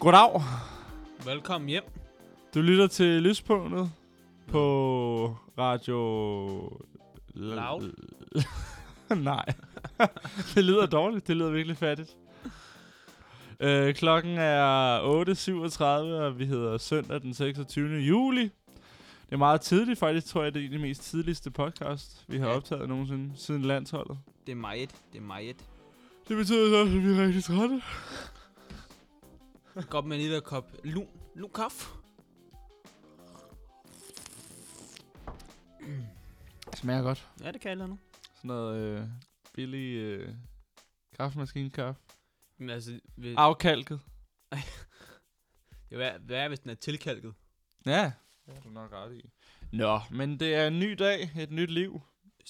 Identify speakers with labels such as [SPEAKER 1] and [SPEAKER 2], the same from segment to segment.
[SPEAKER 1] Goddag.
[SPEAKER 2] Velkommen hjem.
[SPEAKER 1] Du lytter til Lyspunktet på Radio...
[SPEAKER 2] Loud.
[SPEAKER 1] Nej. det lyder dårligt. Det lyder virkelig fattigt. Øh, klokken er 8.37, og vi hedder søndag den 26. juli. Det er meget tidligt faktisk, tror jeg, det er en af de mest tidligste podcast, vi har
[SPEAKER 2] Ja.
[SPEAKER 1] optaget nogensinde siden landsholdet.
[SPEAKER 2] Det er meget, det er meget.
[SPEAKER 1] Det betyder så, at vi er rigtig trætte.
[SPEAKER 2] Godt med en lille kop lun, lun kaffe.
[SPEAKER 1] Det smager godt.
[SPEAKER 2] Ja, det kan jeg nu.
[SPEAKER 1] Sådan noget øh, billig øh, kaffemaskinkaffe.
[SPEAKER 2] Men altså, ved,
[SPEAKER 1] Afkalket.
[SPEAKER 2] jo, hvad, hvad er, hvis den er tilkalket?
[SPEAKER 1] Ja. Det har du nok ret i. Nå, men det er en ny dag, et nyt liv.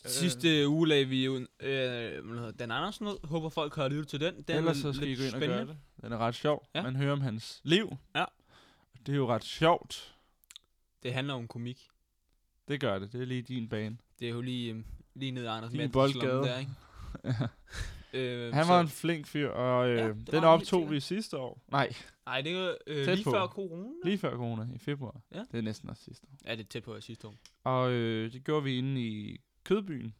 [SPEAKER 2] Øh. Sidste uge lagde vi jo en, øh, hvad hedder Dan Andersen ud. Håber folk har lyttet til den. Den
[SPEAKER 1] Den
[SPEAKER 2] er
[SPEAKER 1] Ellers så
[SPEAKER 2] lidt
[SPEAKER 1] skal I gå ind og
[SPEAKER 2] spændende.
[SPEAKER 1] gøre det. Den er ret sjov.
[SPEAKER 2] Ja.
[SPEAKER 1] Ja. Man hører om hans liv.
[SPEAKER 2] Ja.
[SPEAKER 1] Det er jo ret sjovt.
[SPEAKER 2] Det handler om komik.
[SPEAKER 1] Det gør det. Det er lige din bane.
[SPEAKER 2] Det er jo lige, øh, lige nede i Anders
[SPEAKER 1] Lige i
[SPEAKER 2] Madsens lomme
[SPEAKER 1] boldgade.
[SPEAKER 2] Der, ikke? øh,
[SPEAKER 1] Han var en flink fyr, og øh, ja,
[SPEAKER 2] Ja, det var han
[SPEAKER 1] den
[SPEAKER 2] helt
[SPEAKER 1] optog
[SPEAKER 2] sikkert.
[SPEAKER 1] vi sidste år. Nej,
[SPEAKER 2] Nej, det er øh,
[SPEAKER 1] Tæt
[SPEAKER 2] lige
[SPEAKER 1] på.
[SPEAKER 2] før corona.
[SPEAKER 1] lige før corona i februar.
[SPEAKER 2] Ja.
[SPEAKER 1] Det er næsten også sidste år.
[SPEAKER 2] Ja, det er tæt på sidste år.
[SPEAKER 1] Og øh, det gjorde vi inde i Kødbyen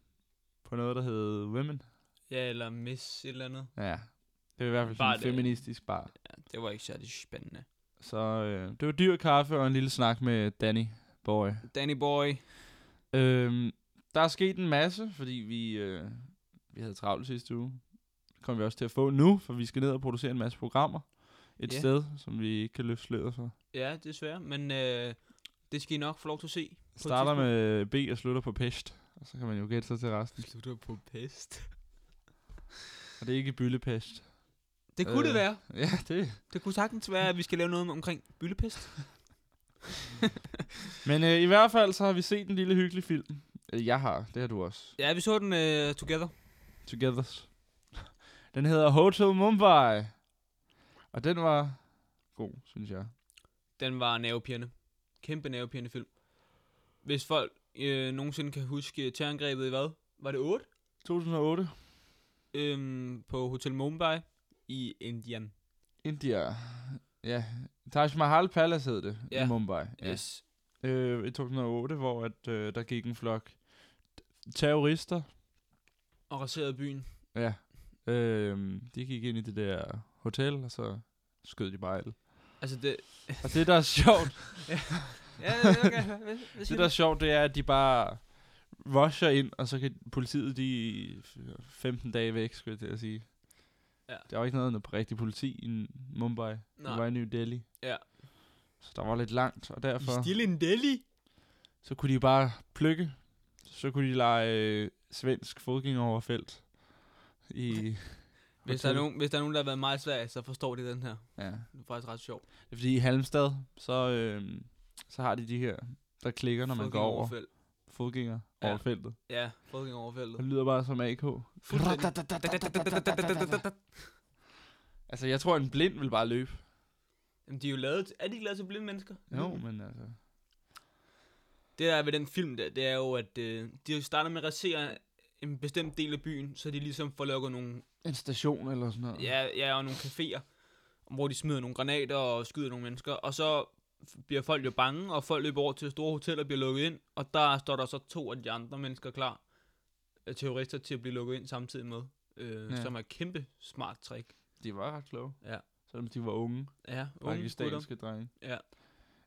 [SPEAKER 1] på noget, der hed Women.
[SPEAKER 2] Ja, eller Miss et eller andet.
[SPEAKER 1] Ja, det er i hvert fald
[SPEAKER 2] Bar,
[SPEAKER 1] sådan en
[SPEAKER 2] det er-
[SPEAKER 1] feministisk bar.
[SPEAKER 2] Ja, det var ikke særlig spændende.
[SPEAKER 1] Så øh, det var dyr kaffe og en lille snak med Danny Boy.
[SPEAKER 2] Danny Boy.
[SPEAKER 1] Øhm, der er sket en masse, fordi vi, øh, vi havde travlt sidste uge. Det kommer vi også til at få nu, for vi skal ned og producere en masse programmer et
[SPEAKER 2] Ja.
[SPEAKER 1] yeah. sted, som vi ikke kan løfte sløret for.
[SPEAKER 2] Ja, desværre, men øh, det skal I nok få lov til at se. på et
[SPEAKER 1] Starter
[SPEAKER 2] tidspunkt.
[SPEAKER 1] med øh, B og slutter på pest, og så kan man jo gætte sig til resten.
[SPEAKER 2] Slutter på pest.
[SPEAKER 1] Og det er ikke byllepest.
[SPEAKER 2] Det kunne øh. det
[SPEAKER 1] Øh.
[SPEAKER 2] være.
[SPEAKER 1] Ja, det.
[SPEAKER 2] Det kunne sagtens være, at vi skal lave noget omkring byllepest.
[SPEAKER 1] Men øh, i hvert fald så har vi set en lille hyggelig film. Øh, Jeg har, det har du også.
[SPEAKER 2] Ja, vi så den øh, together.
[SPEAKER 1] Togethers. Den hedder Hotel Mumbai. Og den var god, synes jeg.
[SPEAKER 2] Den var nervepirrende. Kæmpe nervepirrende film. Hvis folk øh, nogensinde kan huske terrorangrebet i hvad? Var det 8?
[SPEAKER 1] 2008.
[SPEAKER 2] Øhm, på Hotel Mumbai i Indien.
[SPEAKER 1] India. Ja, Taj Mahal Palace hed det
[SPEAKER 2] Ja.
[SPEAKER 1] i Mumbai. Ja. Yes.
[SPEAKER 2] Yes.
[SPEAKER 1] Øh, I 2008, hvor at, øh, der gik en flok terrorister.
[SPEAKER 2] Og raserede byen.
[SPEAKER 1] Ja. Øh, de gik ind i det der hotel, og så skød de bare alle.
[SPEAKER 2] Altså det...
[SPEAKER 1] Og det, der er sjovt,
[SPEAKER 2] Ja, okay. Hvad, hvad
[SPEAKER 1] det,
[SPEAKER 2] siger
[SPEAKER 1] der er
[SPEAKER 2] du?
[SPEAKER 1] sjovt, det er, at de bare rusher ind, og så kan politiet, de er 15 dage væk, skulle jeg til at sige.
[SPEAKER 2] Ja.
[SPEAKER 1] Der var ikke noget, noget rigtig politi i Mumbai. Det var
[SPEAKER 2] Nej.
[SPEAKER 1] i New Delhi.
[SPEAKER 2] Ja.
[SPEAKER 1] Så der var lidt langt, og derfor...
[SPEAKER 2] I Stille Delhi?
[SPEAKER 1] Så kunne de bare plukke. Så kunne de lege øh, svensk fodgængeroverfelt. I
[SPEAKER 2] Hvis der, er
[SPEAKER 1] hotel.
[SPEAKER 2] nogen, hvis der er nogen, der har været meget i Sverige, så forstår de den her.
[SPEAKER 1] Ja.
[SPEAKER 2] Det er faktisk ret sjovt.
[SPEAKER 1] Det er fordi i Halmstad, så, øh, så har de de her, der klikker, når man går over
[SPEAKER 2] Fodgængeroverfelt.
[SPEAKER 1] fodgænger
[SPEAKER 2] Ja.
[SPEAKER 1] overfeltet.
[SPEAKER 2] Ja, fucking
[SPEAKER 1] Og
[SPEAKER 2] overfældet.
[SPEAKER 1] det lyder bare som AK. Altså, jeg tror, en blind vil bare løbe.
[SPEAKER 2] Jamen, de er jo lavet... Er de ikke lavet til blinde mennesker? Mm.
[SPEAKER 1] Jo, men altså...
[SPEAKER 2] Det der er ved den film der, det er jo, at øh, de starter med at rasere en bestemt del af byen, så de ligesom får lukket nogle,
[SPEAKER 1] En station eller sådan noget.
[SPEAKER 2] ja, ja, og nogle caféer, hvor de smider nogle granater og skyder nogle mennesker, og så f- bliver folk jo bange, og folk løber over til store hoteller og bliver lukket ind, og der står der så to af de andre mennesker klar, øh, terrorister til at blive lukket ind samtidig med, øh,
[SPEAKER 1] Ja.
[SPEAKER 2] ja. som er et kæmpe smart trick.
[SPEAKER 1] De var ret kloge.
[SPEAKER 2] Ja.
[SPEAKER 1] Selvom de var unge.
[SPEAKER 2] Ja, unge gutter.
[SPEAKER 1] pakistanske drenge.
[SPEAKER 2] Ja.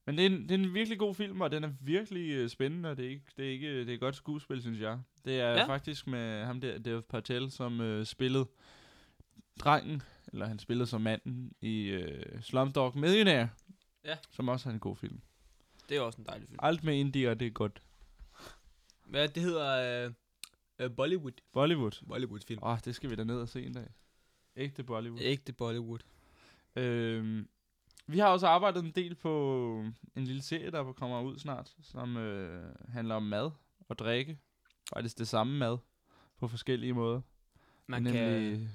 [SPEAKER 1] Men det er, en, det er en virkelig god film, og den er virkelig øh, spændende, og det er, ikke, det, er ikke, øh, det er et godt skuespil, synes jeg. Det er
[SPEAKER 2] Ja.
[SPEAKER 1] ja. faktisk med ham der, Dev Patel, som øh, spillede drengen, eller han spillede som manden i øh, Slumdog Millionaire,
[SPEAKER 2] Ja.
[SPEAKER 1] som også er en god film.
[SPEAKER 2] Det er også en dejlig film.
[SPEAKER 1] Alt med indier, det er godt.
[SPEAKER 2] Hvad det hedder? Øh, øh, Bollywood.
[SPEAKER 1] Bollywood.
[SPEAKER 2] Bollywood-film.
[SPEAKER 1] Åh, oh, det skal vi da ned og se en dag. Ægte Bollywood.
[SPEAKER 2] Ægte Bollywood.
[SPEAKER 1] Øhm, vi har også arbejdet en del på øh, en lille serie, der kommer ud snart, som øh, handler om mad og drikke. Faktisk det samme mad på forskellige måder.
[SPEAKER 2] Man kan...
[SPEAKER 1] Nemlig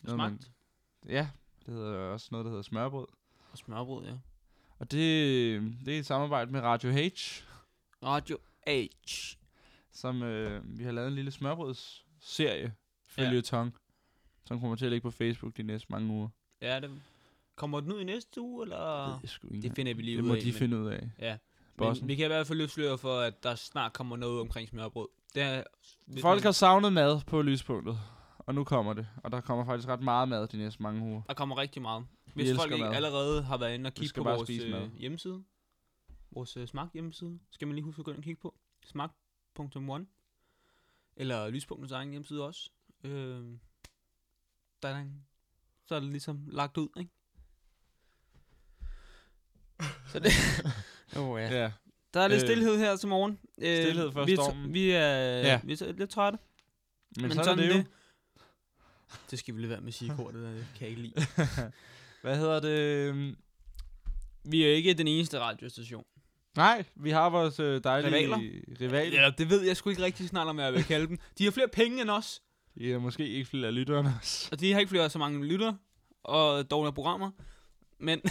[SPEAKER 1] noget, man-
[SPEAKER 2] Smagt.
[SPEAKER 1] Ja, det hedder også noget, der hedder smørbrød.
[SPEAKER 2] Og smørbrød, ja.
[SPEAKER 1] Og det, øh, det er et samarbejde med Radio H,
[SPEAKER 2] Radio H.
[SPEAKER 1] som øh, vi har lavet en lille smørbrødsserie, følge ja. som kommer til at ligge på Facebook de næste mange uger.
[SPEAKER 2] Ja, det, Kommer den ud i næste uge, eller?
[SPEAKER 1] Det, sgu ikke
[SPEAKER 2] Ah. Det
[SPEAKER 1] engang.
[SPEAKER 2] finder vi lige
[SPEAKER 1] det
[SPEAKER 2] ud
[SPEAKER 1] må
[SPEAKER 2] af.
[SPEAKER 1] de
[SPEAKER 2] men-
[SPEAKER 1] finde ud af.
[SPEAKER 2] Ja,
[SPEAKER 1] Bossen.
[SPEAKER 2] Men vi kan i hvert fald løfsløre for, at der snart kommer noget omkring smørbrød. Det er lidt
[SPEAKER 1] Folk har
[SPEAKER 2] mere-
[SPEAKER 1] savnet mad på lyspunktet, og nu kommer det. Og der kommer faktisk ret meget mad de næste mange uger.
[SPEAKER 2] Der kommer rigtig meget.
[SPEAKER 1] Vi
[SPEAKER 2] Hvis
[SPEAKER 1] elsker
[SPEAKER 2] folk ikke
[SPEAKER 1] mad.
[SPEAKER 2] allerede har været inde og kigge
[SPEAKER 1] skal
[SPEAKER 2] på
[SPEAKER 1] bare
[SPEAKER 2] vores
[SPEAKER 1] spise mad.
[SPEAKER 2] øh, hjemmeside, vores øh, smag hjemmeside, skal man lige huske at gå ind og kigge på. Smag.one Eller Lyspunktets egen hjemmeside også. Øh, der er en, så er det ligesom lagt ud, ikke? Så det... oh, ja.
[SPEAKER 1] Ja.
[SPEAKER 2] Der er lidt
[SPEAKER 1] Øh,
[SPEAKER 2] stillhed her til morgen. Øh,
[SPEAKER 1] stilhed før
[SPEAKER 2] vi er tr-
[SPEAKER 1] stormen.
[SPEAKER 2] Vi er,
[SPEAKER 1] Ja.
[SPEAKER 2] ja. vi er så- lidt trætte.
[SPEAKER 1] Men, Men sådan er det jo.
[SPEAKER 2] det. Det skal vi lade være med at sige kort, det der, det kan jeg ikke lide.
[SPEAKER 1] Hvad hedder det? Øhm,
[SPEAKER 2] Vi er ikke den eneste radiostation.
[SPEAKER 1] Nej, vi har vores øh, dejlige
[SPEAKER 2] Rivaler?
[SPEAKER 1] rivaler.
[SPEAKER 2] Eller det ved jeg sgu ikke rigtig snart, om jeg vil kalde dem. De har flere penge end os,
[SPEAKER 1] Ja, måske ikke flere lyttere end os.
[SPEAKER 2] og de har ikke flere så mange lytter og dårlige programmer. Men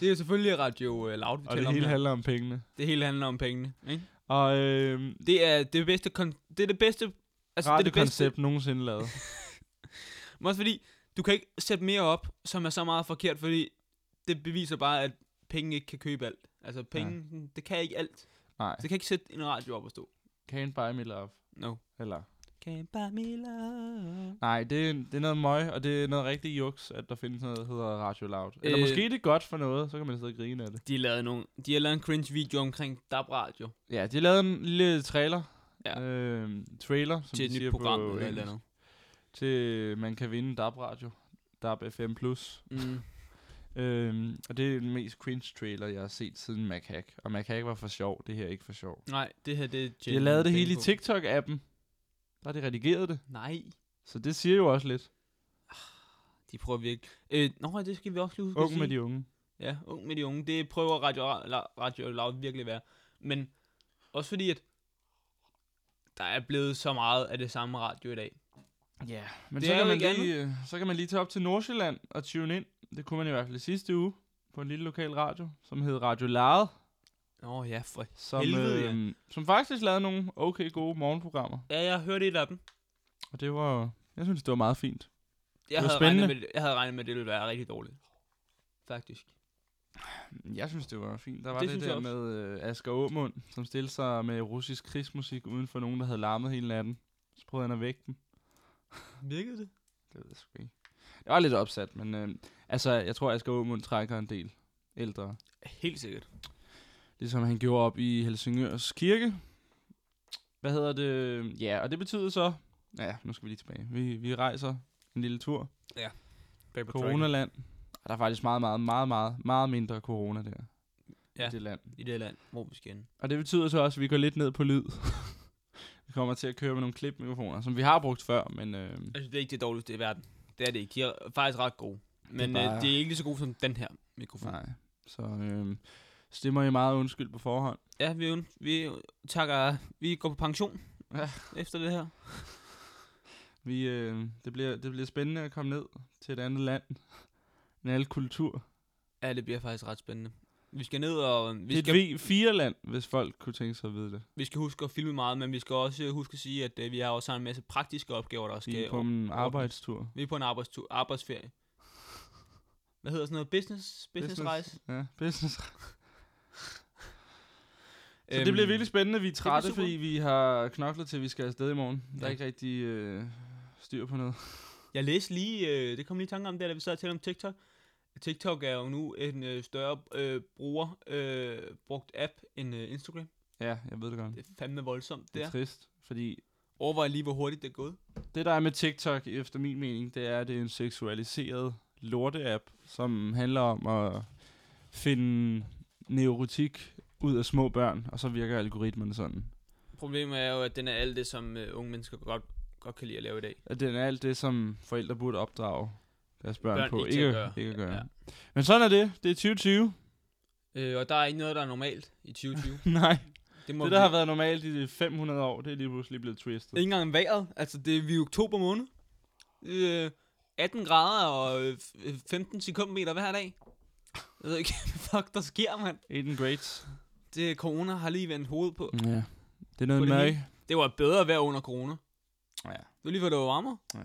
[SPEAKER 2] det er jo selvfølgelig Radio øh, Loud, vi
[SPEAKER 1] Og
[SPEAKER 2] taler
[SPEAKER 1] det
[SPEAKER 2] om
[SPEAKER 1] hele
[SPEAKER 2] her.
[SPEAKER 1] handler om pengene.
[SPEAKER 2] Det hele handler om pengene. Ikke?
[SPEAKER 1] Og øhm,
[SPEAKER 2] Det er det bedste... Kon- det er det bedste...
[SPEAKER 1] altså,
[SPEAKER 2] det er det bedste,
[SPEAKER 1] koncept nogensinde lavet.
[SPEAKER 2] Men også fordi, du kan ikke sætte mere op, som er så meget forkert, fordi det beviser bare, at penge ikke kan købe alt. Altså penge, ja. det kan ikke alt.
[SPEAKER 1] Nej,
[SPEAKER 2] Så det kan ikke sætte en radio op og stå.
[SPEAKER 1] can't buy me love.
[SPEAKER 2] No.
[SPEAKER 1] Eller,
[SPEAKER 2] Can't buy me love.
[SPEAKER 1] nej, det, er- det er noget møg, og det er noget rigtig juks, at der findes noget, der hedder Radio Loud. Eller
[SPEAKER 2] Øh.
[SPEAKER 1] måske er det er godt for noget, så kan man sidde og grine af det.
[SPEAKER 2] De, lavede nogle, de har lavet en cringe-video omkring DAB Radio
[SPEAKER 1] Ja, de lavede en lille trailer.
[SPEAKER 2] Ja.
[SPEAKER 1] Øh, trailer, som
[SPEAKER 2] til
[SPEAKER 1] de
[SPEAKER 2] et
[SPEAKER 1] siger
[SPEAKER 2] nyt program
[SPEAKER 1] på
[SPEAKER 2] eller et
[SPEAKER 1] engelsk,
[SPEAKER 2] eller andet.
[SPEAKER 1] Til øh, man kan vinde DAB Radio. DAB FM+. Plus.
[SPEAKER 2] Mm.
[SPEAKER 1] Øhm, og det er den mest cringe trailer, jeg har set siden Macac. Og Macac var for sjov, det her er ikke for sjov.
[SPEAKER 2] Nej, det her det er
[SPEAKER 1] De har lavet det hele i TikTok-appen. Der har de redigeret det.
[SPEAKER 2] Nej,
[SPEAKER 1] Så det siger jo også lidt.
[SPEAKER 2] de prøver virkelig. Øh, nå, det skal vi også lige huske at
[SPEAKER 1] Ung med
[SPEAKER 2] sige.
[SPEAKER 1] de unge.
[SPEAKER 2] Ja, ung med de unge. Det prøver Radio, La- radio Loud virkelig at være. Men også fordi, at der er blevet så meget af det samme radio i dag.
[SPEAKER 1] Ja, yeah. men
[SPEAKER 2] Det
[SPEAKER 1] så
[SPEAKER 2] er
[SPEAKER 1] kan,
[SPEAKER 2] jo
[SPEAKER 1] man
[SPEAKER 2] ikke
[SPEAKER 1] lige, øh, så kan man lige tage op til Nordsjælland og tune ind. Det kunne man i hvert fald i sidste uge på en lille lokal radio, som hed Radio Lade.
[SPEAKER 2] Åh oh, ja, for...
[SPEAKER 1] Som,
[SPEAKER 2] Helvede, ja.
[SPEAKER 1] øh, som faktisk lavede nogle okay gode morgenprogrammer.
[SPEAKER 2] Ja, jeg hørte et af dem.
[SPEAKER 1] Og det var jo- jeg synes, det var meget fint.
[SPEAKER 2] Jeg,
[SPEAKER 1] var
[SPEAKER 2] havde
[SPEAKER 1] spændende.
[SPEAKER 2] regnet med, jeg havde regnet med, at det ville være rigtig dårligt. Faktisk.
[SPEAKER 1] Jeg synes, det var fint. Der var
[SPEAKER 2] Det
[SPEAKER 1] det, det
[SPEAKER 2] synes
[SPEAKER 1] der
[SPEAKER 2] jeg også.
[SPEAKER 1] med øh, Asger Aumund, som stillede sig med russisk krigsmusik uden for nogen, der havde larmet hele natten. Så prøvede han at vække dem.
[SPEAKER 2] Virkede det?
[SPEAKER 1] Det ved jeg sgu ikke. Det var lidt opsat, men øh, altså, jeg tror, Asger Aumund trækker en del ældre.
[SPEAKER 2] Helt sikkert.
[SPEAKER 1] Ligesom han gjorde op i Helsingørs kirke. Hvad hedder det? Ja, og det betyder så... Ja, nu skal vi lige tilbage. Vi, vi rejser en lille tur.
[SPEAKER 2] Paper
[SPEAKER 1] Coronaland. Og der er faktisk meget, meget, meget, meget, meget mindre corona der.
[SPEAKER 2] Ja.
[SPEAKER 1] I det land.
[SPEAKER 2] I det land, hvor vi skal hen.
[SPEAKER 1] Og det betyder så også, at vi går lidt ned på lyd. vi kommer til at køre med nogle klipmikrofoner, som vi har brugt før, men øh,
[SPEAKER 2] Altså, det er ikke det dårligste i verden. Det er det ikke. De er faktisk ret gode. Men det er,
[SPEAKER 1] bare-
[SPEAKER 2] øh, de er ikke lige så gode som den her mikrofon.
[SPEAKER 1] nej. Så øh, stemmer I meget undskyld på forhånd.
[SPEAKER 2] Ja, vi, und- vi takker, vi går på pension
[SPEAKER 1] Ja.
[SPEAKER 2] ja. efter det her.
[SPEAKER 1] Vi, øh, det, bliver, det bliver spændende at komme ned til et andet land. En anden kultur.
[SPEAKER 2] Ja, det bliver faktisk ret spændende. Vi skal ned og vi
[SPEAKER 1] Vi det
[SPEAKER 2] skal,
[SPEAKER 1] er et V4-land, hvis folk kunne tænke sig at vide det.
[SPEAKER 2] vi skal huske at filme meget, men vi skal også øh, huske at sige, at øh, vi har også en masse praktiske opgaver, der
[SPEAKER 1] Vi
[SPEAKER 2] skal
[SPEAKER 1] er på en arbejdstur.
[SPEAKER 2] vi er på en arbejdstur, arbejdsferie. Hvad hedder sådan noget? Business, business, business. rejse?
[SPEAKER 1] Ja, business. Så
[SPEAKER 2] Øhm,
[SPEAKER 1] det bliver virkelig spændende. Vi er
[SPEAKER 2] bliver
[SPEAKER 1] trætte,
[SPEAKER 2] super.
[SPEAKER 1] fordi vi har knoklet til, at vi skal afsted i morgen. Der er
[SPEAKER 2] Ja.
[SPEAKER 1] ikke rigtig øh, styr på noget.
[SPEAKER 2] Jeg læste lige, øh, det kom lige i tanke om det, da vi sad og talte om TikTok. TikTok er jo nu en øh, større øh, bruger, øh, brugt app end øh, Instagram.
[SPEAKER 1] Ja, jeg ved det godt.
[SPEAKER 2] Det er fandme voldsomt, det
[SPEAKER 1] Det er
[SPEAKER 2] er.
[SPEAKER 1] trist, fordi
[SPEAKER 2] Overvej lige, hvor hurtigt det er gået.
[SPEAKER 1] Det, der er med TikTok, efter min mening, det er, at det er en seksualiseret lorte-app, som handler om at finde neurotik ud af små børn, og så virker algoritmerne sådan.
[SPEAKER 2] Problemet er jo, at den er alt det, som øh, unge mennesker godt, godt kan lide at lave i dag.
[SPEAKER 1] At det er alt det, som forældre burde opdrage deres børn,
[SPEAKER 2] Børn
[SPEAKER 1] på.
[SPEAKER 2] ikke til at gøre.
[SPEAKER 1] Ikke at gøre. Ja.
[SPEAKER 2] Ja.
[SPEAKER 1] Men sådan er det. Det er 2020.
[SPEAKER 2] Øh, og der er ikke noget, der er normalt i 2020.
[SPEAKER 1] Nej.
[SPEAKER 2] Det må
[SPEAKER 1] Det,
[SPEAKER 2] vi...
[SPEAKER 1] der har været normalt i 500 år, det er lige pludselig blevet twistet.
[SPEAKER 2] Ikke engang vejret. Altså, det er vi er i oktober måned. Øh, 18 grader og øh, f- øh, 15 sekundmeter hver dag. Jeg ved ikke, hvad fuck der sker, mand.
[SPEAKER 1] Aiden Greats.
[SPEAKER 2] Det corona har lige vendt hovedet på.
[SPEAKER 1] Ja. Det er noget
[SPEAKER 2] På det
[SPEAKER 1] mørk.
[SPEAKER 2] hele. Det var bedre vejr under corona.
[SPEAKER 1] Ja.
[SPEAKER 2] Det var lige før, det var varmere.
[SPEAKER 1] Ja.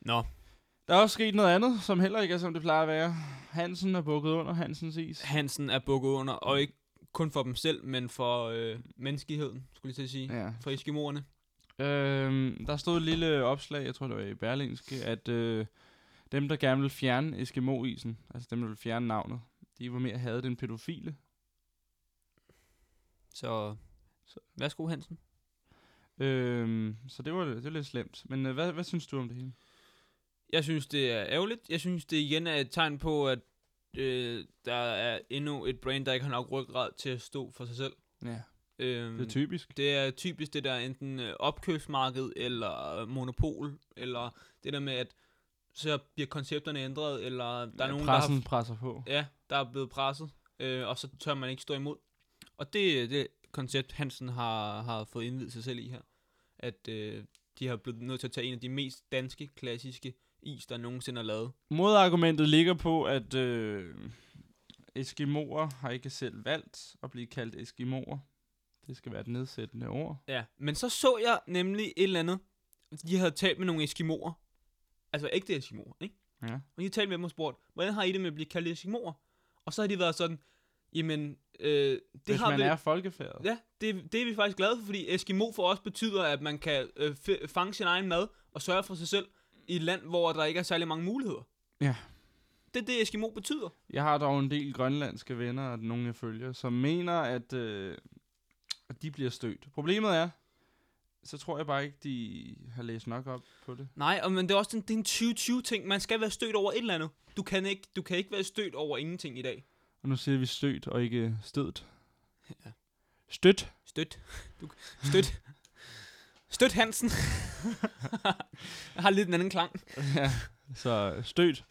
[SPEAKER 2] Nå,
[SPEAKER 1] Der er også sket noget andet, som heller ikke er, som det plejer at være. Hansen er bukket under Hansens is.
[SPEAKER 2] Hansen er bukket under, og ikke kun for dem selv, men for øh, menneskeheden, skulle jeg til at sige.
[SPEAKER 1] Ja.
[SPEAKER 2] For eskimoerne.
[SPEAKER 1] Øhm, der stod et lille opslag, jeg tror det var i Berlingske, at øh, dem, der gerne ville fjerne Eskimo-isen, altså dem, der ville fjerne navnet, de var mere havde den pædofile.
[SPEAKER 2] Så, så værsgo Hansen.
[SPEAKER 1] Øhm, så det var, det var lidt slemt. Men øh, hvad, hvad synes du om det hele?
[SPEAKER 2] Jeg synes, det er ærgerligt. Jeg synes, det igen er et tegn på, at øh, der er endnu et brand, der ikke har nok ryggrad til at stå for sig selv.
[SPEAKER 1] Ja,
[SPEAKER 2] Øhm,
[SPEAKER 1] det er typisk.
[SPEAKER 2] Det er typisk det der enten øh, opkøbsmarked eller øh, monopol, eller det der med, at så bliver koncepterne ændret, eller der er
[SPEAKER 1] ja,
[SPEAKER 2] nogen,
[SPEAKER 1] pressen presser på.
[SPEAKER 2] der, har, ja, der er blevet presset, øh, og så tør man ikke stå imod. Og det er det koncept, Hansen har, har fået indvidet sig selv i her. At øh, de har blevet nødt til at tage en af de mest danske, klassiske is, der nogensinde er lavet.
[SPEAKER 1] Modargumentet ligger på, at øh, Eskimoer har ikke selv valgt at blive kaldt Eskimoer. Det skal være et nedsættende ord.
[SPEAKER 2] Ja, men så så jeg nemlig et eller andet. De havde talt med nogle eskimoer. Altså ægte eskimoer, ikke?
[SPEAKER 1] Ja.
[SPEAKER 2] Og de har talt med dem og spurgt, hvordan har I det med at blive kaldt eskimoer? Og så har de været sådan, jamen, øh, det
[SPEAKER 1] Hvis
[SPEAKER 2] har
[SPEAKER 1] man
[SPEAKER 2] vi...
[SPEAKER 1] er folkefærd.
[SPEAKER 2] Ja, det, det er vi faktisk glade for, fordi Eskimo for os betyder, at man kan øh, f- fange sin egen mad og sørge for sig selv i et land, hvor der ikke er særlig mange muligheder.
[SPEAKER 1] Ja.
[SPEAKER 2] Det er det, Eskimo betyder.
[SPEAKER 1] Jeg har dog en del grønlandske venner og nogle jeg følger, som mener, at, øh, at de bliver stødt. Problemet er, så tror jeg bare ikke, de har læst nok op på det.
[SPEAKER 2] Nej, og, men det er også en, det er en 2020-ting. Man skal være stødt over et eller andet. Du kan ikke, du kan ikke være stødt over ingenting i dag.
[SPEAKER 1] Og nu siger vi stødt og ikke stødt. Stødt.
[SPEAKER 2] Stødt. Du, stødt. stødt Hansen. Jeg har lidt en anden klang.
[SPEAKER 1] ja, så stødt.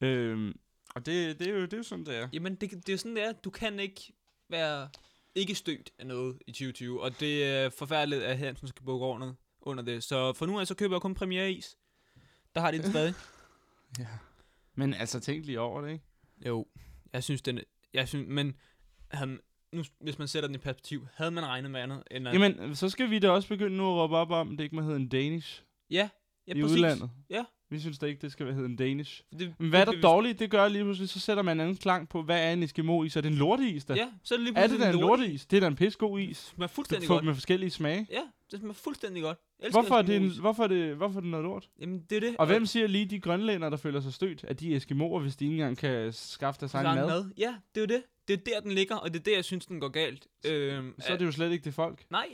[SPEAKER 1] Øhm, og det, det, er jo, det er jo sådan, det er.
[SPEAKER 2] Jamen, det, det er jo sådan, det er. Du kan ikke være ikke stødt af noget i 2020, og det er forfærdeligt, at Hansen skal bukke under, under det. Så for nu af, så køber jeg kun premiereis. Der har det den stadig.
[SPEAKER 1] Men altså, tænk lige over det, ikke?
[SPEAKER 2] jo, jeg synes, den... Jeg synes, men han, nu, hvis man sætter den i perspektiv, havde man regnet med andet end... at-
[SPEAKER 1] Jamen, så skal vi da også begynde nu at råbe op om, at det ikke må hedde en Danish
[SPEAKER 2] ja, ja,
[SPEAKER 1] i udlandet.
[SPEAKER 2] Ja.
[SPEAKER 1] Vi synes da ikke, det skal hedde en Danish.
[SPEAKER 2] Det,
[SPEAKER 1] Men hvad er
[SPEAKER 2] det-
[SPEAKER 1] der dårligt, det gør lige pludselig, så sætter man en anden klang på, hvad er en Eskimo-is? Er det en lorteis, der?
[SPEAKER 2] Ja, så er det lige
[SPEAKER 1] er det
[SPEAKER 2] pludselig
[SPEAKER 1] da en lorteis? Det er da en pissegod is.
[SPEAKER 2] smager
[SPEAKER 1] Du
[SPEAKER 2] fuldstændig
[SPEAKER 1] får
[SPEAKER 2] godt.
[SPEAKER 1] med forskellige smage.
[SPEAKER 2] Ja, det smager fuldstændig godt. Jeg elsker
[SPEAKER 1] Hvorfor er, det en,
[SPEAKER 2] Eskimos.
[SPEAKER 1] hvorfor, er det, hvorfor er det noget lort?
[SPEAKER 2] Jamen, det er det.
[SPEAKER 1] Og hvem siger lige de grønlænder, der føler sig stødt, at de er Eskimoer, hvis de ikke engang kan skaffe deres egen mad?
[SPEAKER 2] Ja, det er jo det. Det er der, den ligger, og det er der, jeg synes, den går galt. Øhm,
[SPEAKER 1] Så er det jo slet ikke det folk.
[SPEAKER 2] Nej,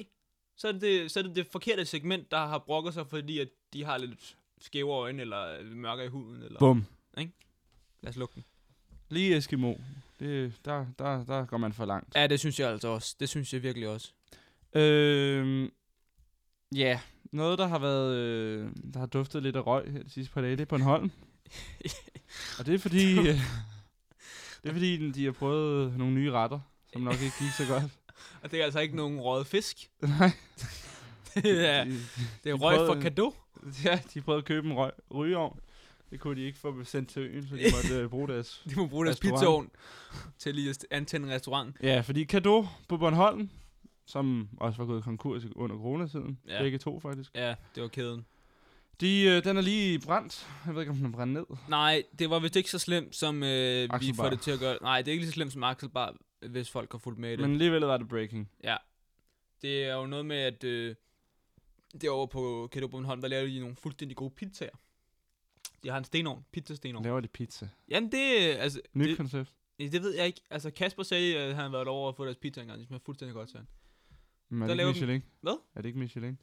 [SPEAKER 2] så er, det det, så er det det forkerte segment, der har brokket sig, fordi at de har lidt skæve øjne, eller mørker i huden, eller...
[SPEAKER 1] Bum.
[SPEAKER 2] Lad os lukke den.
[SPEAKER 1] Lige Eskimo. Det, der, der, der går man for langt.
[SPEAKER 2] Ja, det synes jeg altså også. Det synes jeg virkelig også.
[SPEAKER 1] Øhm, ja, noget der har været, øh, der har duftet lidt af røg her de sidste par dage, det er Bornholm. og det er fordi, øh, det er fordi den- de har prøvet nogle nye retter, som nok ikke gik så godt.
[SPEAKER 2] Og det er altså ikke nogen røget fisk.
[SPEAKER 1] Nej.
[SPEAKER 2] det er,
[SPEAKER 1] De,
[SPEAKER 2] det er
[SPEAKER 1] de
[SPEAKER 2] røg
[SPEAKER 1] prøvede-
[SPEAKER 2] for kado.
[SPEAKER 1] ja, de prøvede at købe en røg, rygeovn. Det kunne de ikke få sendt til øen, så de måtte øh, bruge deres...
[SPEAKER 2] De må bruge deres
[SPEAKER 1] Restaurant.
[SPEAKER 2] pizzaovn til lige at antænde en restaurant.
[SPEAKER 1] Ja, fordi Kado på Bornholm, som også var gået konkurs under coronatiden, ja.
[SPEAKER 2] Ja.
[SPEAKER 1] begge to faktisk,
[SPEAKER 2] Ja, det var kæden.
[SPEAKER 1] de, øh, den er lige brændt. Jeg ved ikke, om den er brændt ned.
[SPEAKER 2] Nej, det var vist ikke så slemt, som øh, vi
[SPEAKER 1] Axel
[SPEAKER 2] får
[SPEAKER 1] Bar.
[SPEAKER 2] det til at gøre. Nej, det er ikke lige så slemt som Axel Bar, hvis folk har fulgt med i det.
[SPEAKER 1] Men alligevel var det breaking.
[SPEAKER 2] Det er jo noget med, at øh, derovre på Kato Bornholm, der laver de nogle fuldstændig gode pizzaer. De har en stenovn, pizzastenovn. Ja.
[SPEAKER 1] Laver de pizza?
[SPEAKER 2] Jamen det, øh, altså,
[SPEAKER 1] Nyt
[SPEAKER 2] det,
[SPEAKER 1] koncept.
[SPEAKER 2] øh, det ved jeg ikke. Altså Kasper sagde, at han har været over at få deres pizza engang, de smager fuldstændig godt, sådan.
[SPEAKER 1] Men er
[SPEAKER 2] der
[SPEAKER 1] det ikke
[SPEAKER 2] laver
[SPEAKER 1] Michelin?
[SPEAKER 2] Hvad?
[SPEAKER 1] Er det ikke Michelin?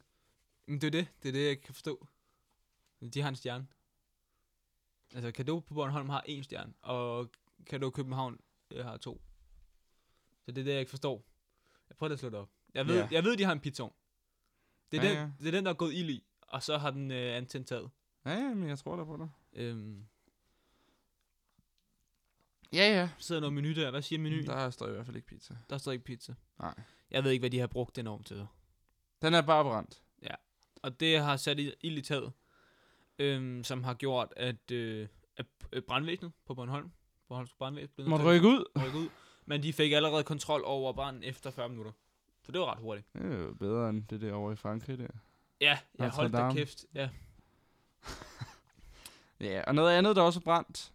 [SPEAKER 2] Men det er det, det er det, jeg ikke kan forstå. De har en stjerne. Altså Kato på Bornholm har en stjerne, og Kato København øh, har to. Så det er det, jeg ikke forstår. Jeg prøver lige at slå det op. Jeg ved,
[SPEAKER 1] Ja.
[SPEAKER 2] yeah. jeg ved de har en pizzaovn. Det er,
[SPEAKER 1] Ja,
[SPEAKER 2] den,
[SPEAKER 1] ja.
[SPEAKER 2] det er den, der er gået ild i, og så har den øh, antændt taget.
[SPEAKER 1] Ja, ja, men jeg tror da på dig.
[SPEAKER 2] Øhm,
[SPEAKER 1] Ja, ja.
[SPEAKER 2] så sidder noget menu der. Hvad siger menuen? Der,
[SPEAKER 1] Der står i hvert fald ikke pizza.
[SPEAKER 2] der står ikke pizza.
[SPEAKER 1] Nej.
[SPEAKER 2] Jeg ved ikke, hvad de har brugt den ovn til.
[SPEAKER 1] Den er bare brændt.
[SPEAKER 2] Og det har sat i- ild i taget, øhm, som har gjort, at, øh, at øh, brandvæsenet på Bornholm, Bornholms brandvæsen, blev nødt
[SPEAKER 1] Må du
[SPEAKER 2] til at
[SPEAKER 1] rykke ud?
[SPEAKER 2] rykke ud. Men de fik allerede kontrol over branden efter 40 minutter. Så det var ret hurtigt.
[SPEAKER 1] Det er jo bedre end det der over i Frankrig der.
[SPEAKER 2] Ja, jeg holdt da
[SPEAKER 1] Notre Dame.
[SPEAKER 2] kæft. Ja.
[SPEAKER 1] Ja, og noget andet, der også er brændt.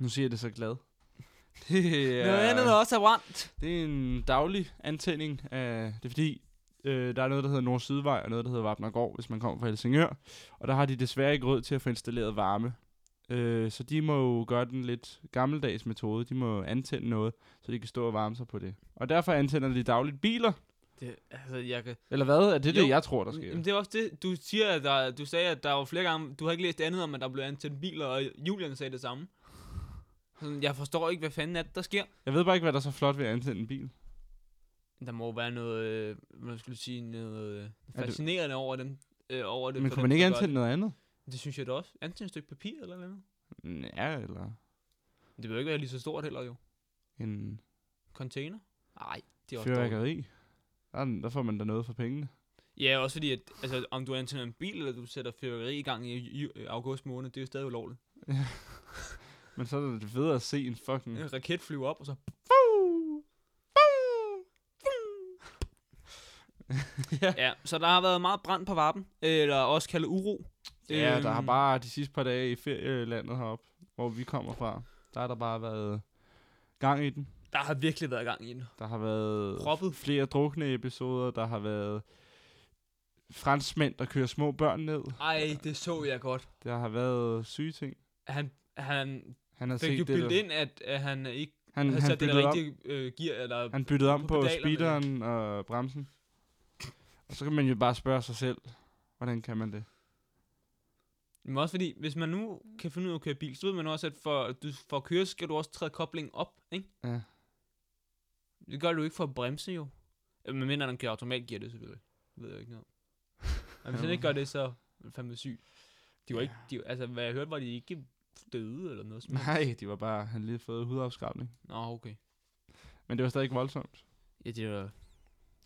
[SPEAKER 1] Nu siger jeg det så glad. Det er,
[SPEAKER 2] Noget andet, der også er brændt.
[SPEAKER 1] det er en daglig antænding. Af, det er fordi, øh, der er noget, der hedder Nordsydvej, og noget, der hedder Vapnergård, hvis man kommer fra Helsingør. Og der har de desværre ikke råd til at få installeret varme. Øh, så de må jo gøre den lidt gammeldags metode. De må antænde noget, så de kan stå og varme sig på det. Og derfor antænder de dagligt biler.
[SPEAKER 2] Det, altså, jeg kan...
[SPEAKER 1] Eller hvad? Er det jo.
[SPEAKER 2] Jo.
[SPEAKER 1] det, jeg tror, der sker?
[SPEAKER 2] Jamen, det er også det, du siger, at der, du sagde, at der var flere gange, du har ikke læst andet om, at der blev antændt biler, og Julian sagde det samme. Sådan, jeg forstår ikke, hvad fanden er det, der sker.
[SPEAKER 1] Jeg ved bare ikke, hvad der er så flot ved at antænde en bil.
[SPEAKER 2] Der må jo være noget, øh, hvad skulle jeg sige, noget øh,
[SPEAKER 1] det-
[SPEAKER 2] fascinerende over dem. Øh, over det
[SPEAKER 1] Men
[SPEAKER 2] for
[SPEAKER 1] kunne
[SPEAKER 2] dem,
[SPEAKER 1] man ikke
[SPEAKER 2] der gør
[SPEAKER 1] antænde noget andet?
[SPEAKER 2] det. Det synes jeg da også. Antænde et stykke papir eller noget.
[SPEAKER 1] Ja, eller
[SPEAKER 2] Det behøver ikke være lige så stort heller jo.
[SPEAKER 1] en
[SPEAKER 2] Container? Nej, det er også dårligt.
[SPEAKER 1] fyrværkeri. Der, er den- der får man da noget for pengene.
[SPEAKER 2] Ja, også fordi, at, altså, om du antænder en bil, eller du sætter fyrværkeri i gang i, i, i august måned, det er jo stadig ulovligt.
[SPEAKER 1] Men så er det federe at se en fucking...
[SPEAKER 2] En raket flyver op, og så... Ja, så der har været meget brand på varpen, eller også kaldet uro.
[SPEAKER 1] Ja,
[SPEAKER 2] Øhm,
[SPEAKER 1] der har bare de sidste par dage i ferielandet heroppe, hvor vi kommer fra, der har der bare været gang i den.
[SPEAKER 2] Der har virkelig været gang i den.
[SPEAKER 1] Der har været
[SPEAKER 2] Proppet.
[SPEAKER 1] flere drukne episoder, der har været franskmænd, der kører små børn ned.
[SPEAKER 2] Ej, det så jeg godt.
[SPEAKER 1] Der har været syge ting.
[SPEAKER 2] Han, han
[SPEAKER 1] Han har
[SPEAKER 2] fik jo
[SPEAKER 1] set det,
[SPEAKER 2] bildet
[SPEAKER 1] der,
[SPEAKER 2] ind, at, at han ikke
[SPEAKER 1] han,
[SPEAKER 2] havde
[SPEAKER 1] Mm, han
[SPEAKER 2] sat Altså, det
[SPEAKER 1] byttede
[SPEAKER 2] der
[SPEAKER 1] op.
[SPEAKER 2] rigtige øh, gear, eller...
[SPEAKER 1] Han byttede om
[SPEAKER 2] på
[SPEAKER 1] på,
[SPEAKER 2] pedalerne.
[SPEAKER 1] speederen og bremsen. Og så kan man jo bare spørge sig selv, hvordan kan man det?
[SPEAKER 2] Men også fordi, hvis man nu kan finde ud af at køre bil, så ved man også, at for, du, for at køre, skal du også træde koblingen op, ikke?
[SPEAKER 1] Ja.
[SPEAKER 2] Det gør du ikke for at bremse, jo. Øh, Men mindre, den kører automatgear, det selvfølgelig. Det ved jeg ikke noget. om. Men hvis han ikke gør det, så er han fandme syg. De var ikke, de, altså, hvad jeg hørte, var de ikke døde eller noget. Som helst.
[SPEAKER 1] Nej, det var bare, han lige fået hudafskrabning.
[SPEAKER 2] Nå, okay.
[SPEAKER 1] Men det var stadig ikke voldsomt.
[SPEAKER 2] Ja, det var...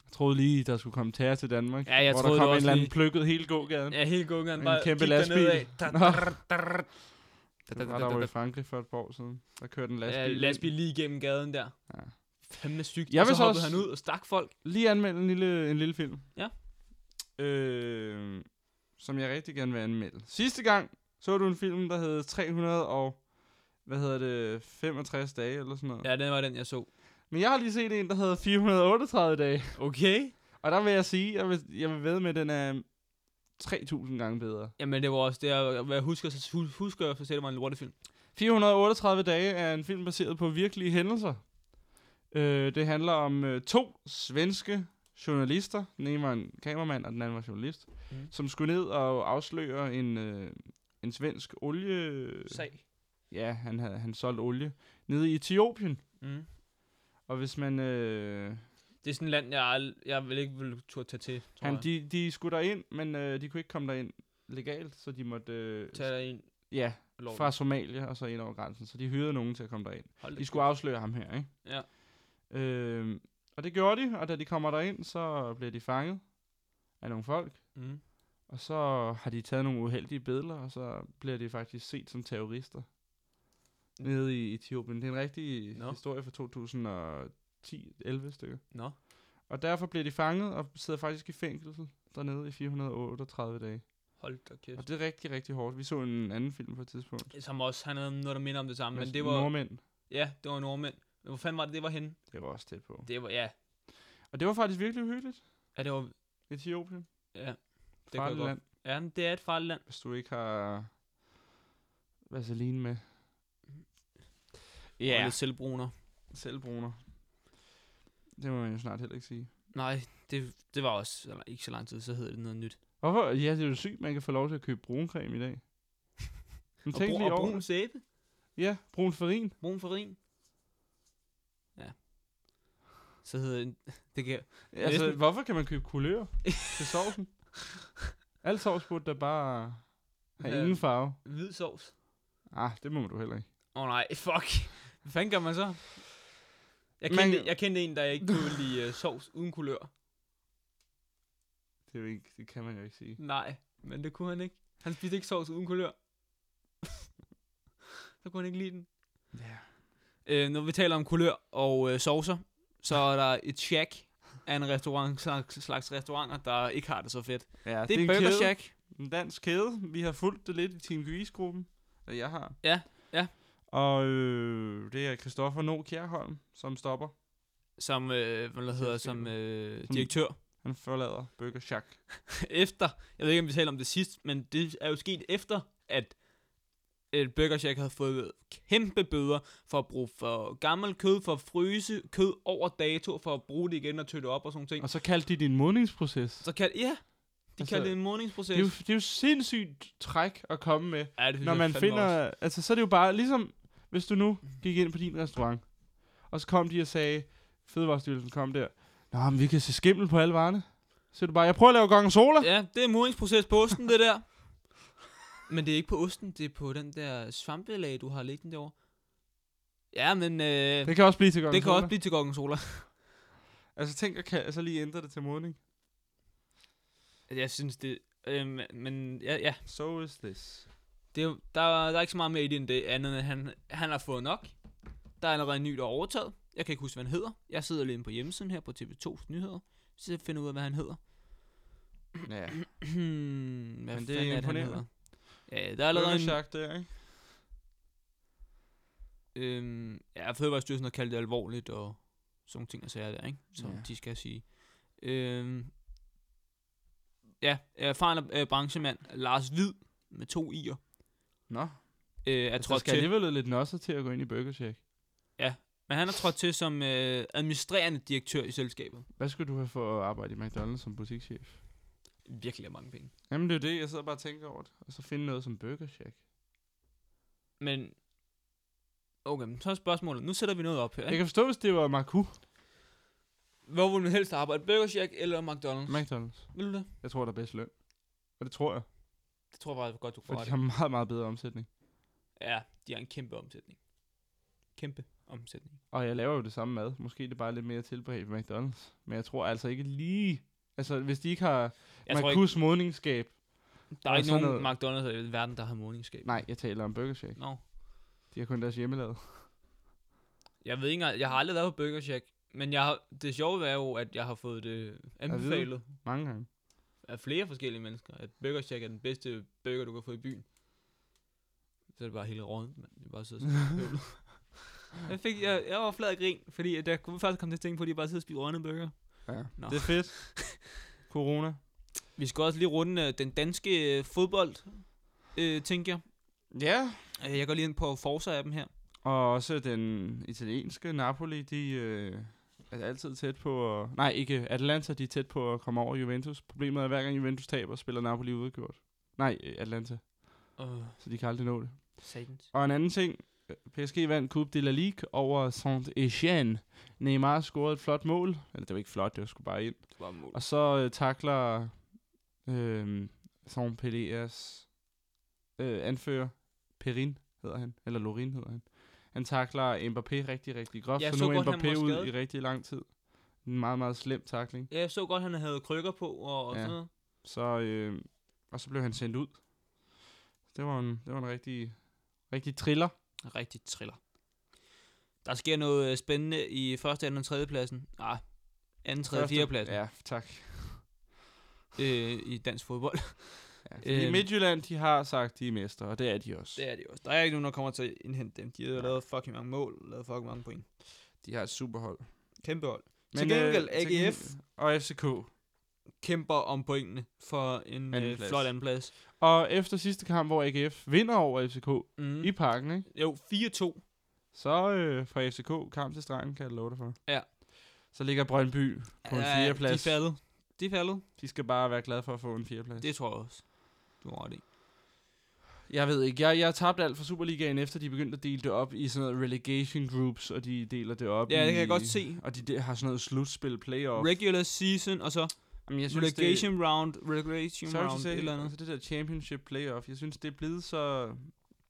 [SPEAKER 1] Jeg troede lige, der skulle komme terror til Danmark.
[SPEAKER 2] Ja, jeg
[SPEAKER 1] hvor
[SPEAKER 2] troede
[SPEAKER 1] der kom
[SPEAKER 2] det
[SPEAKER 1] en
[SPEAKER 2] også
[SPEAKER 1] eller anden
[SPEAKER 2] lige.
[SPEAKER 1] plukket hele gågaden. Ja,
[SPEAKER 2] Ja, hele gungeren
[SPEAKER 1] En
[SPEAKER 2] bare
[SPEAKER 1] kæmpe
[SPEAKER 2] gik
[SPEAKER 1] lastbil.
[SPEAKER 2] dernedad. Da,
[SPEAKER 1] Nå.
[SPEAKER 2] da, da, da,
[SPEAKER 1] det var
[SPEAKER 2] da,
[SPEAKER 1] der
[SPEAKER 2] da,
[SPEAKER 1] jo i
[SPEAKER 2] da.
[SPEAKER 1] Frankrig for et par år siden. Der kørte en lastbil.
[SPEAKER 2] Ja,
[SPEAKER 1] ind.
[SPEAKER 2] lastbil lige igennem gaden der.
[SPEAKER 1] Ja.
[SPEAKER 2] Fandme sygt.
[SPEAKER 1] Jeg
[SPEAKER 2] Og så
[SPEAKER 1] vil så
[SPEAKER 2] hoppede
[SPEAKER 1] også-
[SPEAKER 2] han ud og stak folk.
[SPEAKER 1] Lige anmelde en lille, en lille film.
[SPEAKER 2] Ja.
[SPEAKER 1] Øh, som jeg rigtig gerne vil anmelde. Sidste gang så du en film, der hed 300 og... Hvad hedder det? 65 dage eller sådan noget.
[SPEAKER 2] Ja, det var den, jeg så.
[SPEAKER 1] Men jeg har lige set en, der hedder 438 dage.
[SPEAKER 2] Okay.
[SPEAKER 1] Og der vil jeg sige, jeg vil, jeg vil ved med, at den er 3000 gange bedre.
[SPEAKER 2] Jamen, det var også det, jeg, hvad jeg husker, så hu- husker jeg, så det var en lortefilm.
[SPEAKER 1] 438 dage er en film baseret på virkelige hændelser. Øh, det handler om øh, to svenske journalister. Den ene var en kameramand, og den anden var journalist.
[SPEAKER 2] Mm.
[SPEAKER 1] Mm. Som skulle ned og afsløre en, øh, en svensk olie...
[SPEAKER 2] Sag.
[SPEAKER 1] Ja, han, havde, han solgte olie. Nede i Etiopien.
[SPEAKER 2] Mm.
[SPEAKER 1] Og hvis man... Øh,
[SPEAKER 2] Det er sådan et land, jeg, ald- jeg vil ikke vil turde tage til, tror
[SPEAKER 1] han,
[SPEAKER 2] jeg.
[SPEAKER 1] de, de skulle derind, men øh, de kunne ikke komme derind legalt, så de måtte... Øh,
[SPEAKER 2] Tag dig ind.
[SPEAKER 1] ja,
[SPEAKER 2] Lort.
[SPEAKER 1] fra Somalia og så ind over grænsen. Så de hyrede nogen til at komme derind.
[SPEAKER 2] Hold da
[SPEAKER 1] De skulle afsløre ham her, ikke?
[SPEAKER 2] Ja.
[SPEAKER 1] Øhm, og det gjorde de, og da de kommer derind, så bliver de fanget af nogle folk.
[SPEAKER 2] kæft. Mm.
[SPEAKER 1] Og så har de taget nogle uheldige billeder, og så bliver de faktisk set som terrorister. Nede i Etiopien. Det er en rigtig
[SPEAKER 2] Nå.
[SPEAKER 1] no. historie fra 2010-11 stykker.
[SPEAKER 2] Nå.
[SPEAKER 1] Og derfor bliver de fanget og sidder faktisk i fængsel dernede i 438 dage.
[SPEAKER 2] Hold da kæft.
[SPEAKER 1] Og det er rigtig, rigtig hårdt. Vi så en anden film på et tidspunkt.
[SPEAKER 2] Som også, han havde noget, der minder om det samme, men
[SPEAKER 1] med
[SPEAKER 2] det var...
[SPEAKER 1] Nordmænd.
[SPEAKER 2] Ja, det var nordmænd. Men hvor fanden var det, det var henne?
[SPEAKER 1] Det var også tæt på.
[SPEAKER 2] Det var, ja.
[SPEAKER 1] Og det var faktisk virkelig uhyggeligt.
[SPEAKER 2] Ja, det var...
[SPEAKER 1] Etiopien.
[SPEAKER 2] Ja. Det kan jeg
[SPEAKER 1] Farligt
[SPEAKER 2] godt-
[SPEAKER 1] land,
[SPEAKER 2] Ja, men det er et farligt land.
[SPEAKER 1] hvis du ikke har vaseline med. Ja.
[SPEAKER 2] Og lidt selvbruner.
[SPEAKER 1] Selvbruner. Det må man jo snart heller ikke sige.
[SPEAKER 2] Nej, det, det var også eller, ikke så lang tid, så hed det noget nyt.
[SPEAKER 1] Hvorfor? Ja, det er jo sygt, man kan få lov til at købe bruncreme i dag. Men
[SPEAKER 2] Og,
[SPEAKER 1] tænk
[SPEAKER 2] brun,
[SPEAKER 1] lige
[SPEAKER 2] og
[SPEAKER 1] over.
[SPEAKER 2] brun sæbe.
[SPEAKER 1] Ja, brun farin.
[SPEAKER 2] Brun farin. Ja. Så hedder det... Det kan,
[SPEAKER 1] Altså,
[SPEAKER 2] Næsten.
[SPEAKER 1] hvorfor kan man købe kulør til sovsen? Alt sovs burde da bare have
[SPEAKER 2] Ja.
[SPEAKER 1] ingen farve.
[SPEAKER 2] Hvid sovs.
[SPEAKER 1] Ah, det må du heller ikke.
[SPEAKER 2] Åh oh, nej, fuck. Hvad fanden gør man så? Jeg
[SPEAKER 1] Man-
[SPEAKER 2] kendte, jeg kendte en, der ikke kunne lide uh, sovs uden kulør.
[SPEAKER 1] Det, er jo ikke, det kan man jo ikke sige.
[SPEAKER 2] Nej, men det kunne han ikke. Han spiste ikke sovs uden kulør. så kunne han ikke lide den.
[SPEAKER 1] Ja.
[SPEAKER 2] Øh, når vi taler om kulør og øh, sovser, så er der et shack af en restaurant, slags, slags restauranter, der ikke har det så fedt.
[SPEAKER 1] ja
[SPEAKER 2] det er
[SPEAKER 1] Altså, en
[SPEAKER 2] Burger
[SPEAKER 1] kæde.
[SPEAKER 2] Shack.
[SPEAKER 1] En dansk kæde. Vi har fulgt det lidt i Team Gyis-gruppen.
[SPEAKER 3] Eller jeg har.
[SPEAKER 2] Ja, ja.
[SPEAKER 3] Og øh, det er Christoffer No Kjærholm, som stopper.
[SPEAKER 2] Som, øh, hvad der hedder, som øh,
[SPEAKER 3] Som-
[SPEAKER 2] direktør.
[SPEAKER 3] Han forlader Burger Shack.
[SPEAKER 2] efter, jeg ved ikke, om vi taler om det sidst, men det er jo sket efter, at et Burger Shack havde fået kæmpe bøder for at bruge for gammel kød, for at fryse kød over dato, for at bruge det igen og tøtte op og sådan nogle ting.
[SPEAKER 1] Og så kaldte de det en modningsproces.
[SPEAKER 2] Så kan, ja, de
[SPEAKER 1] Altså,
[SPEAKER 2] altså, kalder det en
[SPEAKER 1] Det
[SPEAKER 2] modningsproces.
[SPEAKER 1] er, jo, det er jo sindssygt træk at komme med.
[SPEAKER 2] ja, det synes
[SPEAKER 1] Når
[SPEAKER 2] jeg
[SPEAKER 1] man
[SPEAKER 2] fandme også.
[SPEAKER 1] finder... Altså, så er det jo bare ligesom, hvis du nu gik ind på din restaurant, og så kom de og sagde, Fødevarestyrelsen kom der, Nå, men vi kan se skimmel på alle varerne. Så er du bare, jeg prøver at lave gorgonzola.
[SPEAKER 2] Ja, det er en modningsproces på osten, det der. Men det er ikke på osten, det er på den der svampelag, du har liggende derovre. Ja, men øh, det,
[SPEAKER 1] Det kan også blive til gorgonzola.
[SPEAKER 2] det kan også blive til gorgonzola.
[SPEAKER 3] Altså tænk at kan, altså lige ændre det til modning.
[SPEAKER 2] Jeg synes det, øh, men ja, ja,
[SPEAKER 3] So is this.
[SPEAKER 2] Det er, jo- der, er- der er ikke så meget mere i det end det andet, end at han, han har fået nok. Der er allerede en ny, der er overtaget. Jeg kan ikke huske, hvad han hedder. Jeg sidder lige inde på hjemmesiden her på TV2's nyheder. Så jeg finder ud af, hvad han hedder.
[SPEAKER 3] Ja.
[SPEAKER 2] hvad
[SPEAKER 3] Men det er
[SPEAKER 2] fanden det, han
[SPEAKER 3] imponerende.
[SPEAKER 2] hedder? Ja, der er allerede
[SPEAKER 3] Burger
[SPEAKER 2] en...
[SPEAKER 3] Shack der, ikke?
[SPEAKER 2] Øhm, ja, Fødevarestyrelsen har kaldt det alvorligt og sådan nogle ting og sager der, ikke? Som
[SPEAKER 3] Ja.
[SPEAKER 2] ja. de skal sige. Øhm, ja, erfaren øh, branchemand Lars Hvid med to i'er.
[SPEAKER 3] Nå. Altså,
[SPEAKER 2] Øh, er
[SPEAKER 1] Jeg tror,
[SPEAKER 2] trådt
[SPEAKER 1] det skal
[SPEAKER 2] til.
[SPEAKER 1] alligevel lidt nosset til at gå ind i Burger Shack.
[SPEAKER 2] Men han er trådt til som øh, administrerende direktør i selskabet.
[SPEAKER 1] Hvad skulle du have for at arbejde i McDonald's som butikschef?
[SPEAKER 2] Virkelig er mange penge.
[SPEAKER 3] Jamen det er jo det, jeg sidder bare og tænker over det. Og så finde noget som Burger Shack.
[SPEAKER 2] Men, okay, men så er spørgsmålet. Nu sætter vi noget op her.
[SPEAKER 1] Jeg
[SPEAKER 2] Ikke?
[SPEAKER 1] kan forstå, hvis det var Marku.
[SPEAKER 2] Hvor vil du helst arbejde? Burger Shack eller McDonald's?
[SPEAKER 1] McDonald's.
[SPEAKER 2] vil du det?
[SPEAKER 1] Jeg tror, der er bedst løn. Og det tror jeg.
[SPEAKER 2] Det tror jeg bare godt, du får
[SPEAKER 1] For
[SPEAKER 2] ret
[SPEAKER 1] de
[SPEAKER 2] i.
[SPEAKER 1] har meget, meget bedre omsætning.
[SPEAKER 2] Ja, de har en kæmpe omsætning. Kæmpe omsætning.
[SPEAKER 1] Og jeg laver jo det samme mad. Måske er det bare lidt mere tilbehag på McDonald's. Men jeg tror altså ikke lige... Altså, hvis de ikke har
[SPEAKER 2] Jeg tror ikke,
[SPEAKER 1] Markus modningsskab...
[SPEAKER 2] der er
[SPEAKER 1] og
[SPEAKER 2] ikke
[SPEAKER 1] sådan
[SPEAKER 2] nogen McDonald's i verden, der har modningsskab.
[SPEAKER 1] Nej, jeg taler om Burger Shack.
[SPEAKER 2] Nå.
[SPEAKER 1] De har kun deres hjemmelavet.
[SPEAKER 2] Jeg ved ikke engang, jeg har aldrig været på Burger Shack. Men jeg har, det sjove er jo, at jeg har fået det anbefalet
[SPEAKER 1] Mange gange.
[SPEAKER 2] af flere forskellige mennesker, at Burger Shack er den bedste burger, du kan få i byen. Så er det bare helt rundt, mand. Det er bare sidder sådan jeg, fik, jeg, jeg var flad af grin, fordi at jeg kunne faktisk komme til at tænke på, at de bare sidder og spiser runde burger.
[SPEAKER 1] Ja.
[SPEAKER 2] Nå.
[SPEAKER 1] Det er fedt. Corona.
[SPEAKER 2] Vi skal også lige runde øh, den danske øh, fodbold, øh, tænker jeg.
[SPEAKER 3] Ja.
[SPEAKER 2] Øh, jeg går lige ind på Forza af dem her.
[SPEAKER 1] Og også den italienske Napoli, de øh, er altid tæt på at, Nej, ikke Atlanta, de er tæt på at komme over Juventus. Problemet er, at hver gang Juventus taber, spiller Napoli udgjort. Nej, øh, Atlanta.
[SPEAKER 2] Åh,
[SPEAKER 1] Så de kan aldrig nå det.
[SPEAKER 2] satans.
[SPEAKER 1] Og en anden ting. øh, PSG vandt Coupe de la Ligue over Saint-Etienne. Neymar scorede et flot mål. Eller det var ikke flot, det var sgu bare ind.
[SPEAKER 2] Det var mål.
[SPEAKER 1] Og så øh, takler øh, Saint Peleas øh, anfører, Perin hedder han, eller Lorin hedder han. Han takler Mbappé rigtig, rigtig groft,
[SPEAKER 2] Ja,
[SPEAKER 1] ja, så,
[SPEAKER 2] så
[SPEAKER 1] nu er
[SPEAKER 2] godt, han var
[SPEAKER 1] Mbappé ud
[SPEAKER 2] skadet.
[SPEAKER 1] i rigtig lang tid. En meget, meget slem takling.
[SPEAKER 2] Ja, jeg så godt, han havde krykker på og, og
[SPEAKER 1] Ja.
[SPEAKER 2] ja. sådan noget.
[SPEAKER 1] Så, øh, og så blev han sendt ud. Det var en, det var en rigtig, rigtig triller.
[SPEAKER 2] Rigtig triller. Der sker noget øh, spændende i første, anden og tredje pladsen. Ah, anden, tredje,
[SPEAKER 1] Første-
[SPEAKER 2] fjerde pladsen
[SPEAKER 1] Ja, tak.
[SPEAKER 2] øh, i dansk fodbold.
[SPEAKER 1] Ja, øh,
[SPEAKER 2] Øhm.
[SPEAKER 1] Midtjylland, de har sagt, de er mester, og det er de også.
[SPEAKER 2] Det er det også. Der er ikke nogen, der kommer til at indhente dem. De har lavet fucking mange mål, lavet fucking mange point.
[SPEAKER 1] De har et superhold. øh,
[SPEAKER 2] Kæmpe hold. Til gengæld, AGF.
[SPEAKER 1] og FCK.
[SPEAKER 2] Kæmper om pointene for en øh,
[SPEAKER 1] Andenplads.
[SPEAKER 2] flot andenplads.
[SPEAKER 1] Og efter sidste kamp, hvor AGF vinder over FCK,
[SPEAKER 2] Mm.
[SPEAKER 1] i parken, ikke?
[SPEAKER 2] Jo, 4-2.
[SPEAKER 1] Så øh, fra FCK kamp til stregen, kan jeg love dig for.
[SPEAKER 2] Ja.
[SPEAKER 1] Så ligger Brøndby på en fjerdeplads.
[SPEAKER 2] De er faldet. De er faldet.
[SPEAKER 1] De skal bare være glade for at få en fjerdeplads.
[SPEAKER 2] Det tror jeg også. Du har ret i.
[SPEAKER 1] Jeg ved ikke. Jeg, jeg tabte alt for Superligaen, efter de begyndte at dele det op i sådan noget relegation groups, og de deler det op
[SPEAKER 2] Ja,
[SPEAKER 1] i,
[SPEAKER 2] det kan jeg godt se.
[SPEAKER 1] Og de, de har sådan noget slutspil, playoff.
[SPEAKER 2] Regular season, og så
[SPEAKER 1] Jamen, jeg synes,
[SPEAKER 2] relegation round, relegation
[SPEAKER 1] det, sorry to
[SPEAKER 2] round,
[SPEAKER 1] say,
[SPEAKER 2] et eller andet.
[SPEAKER 1] altså det der championship playoff, jeg synes, det er blevet så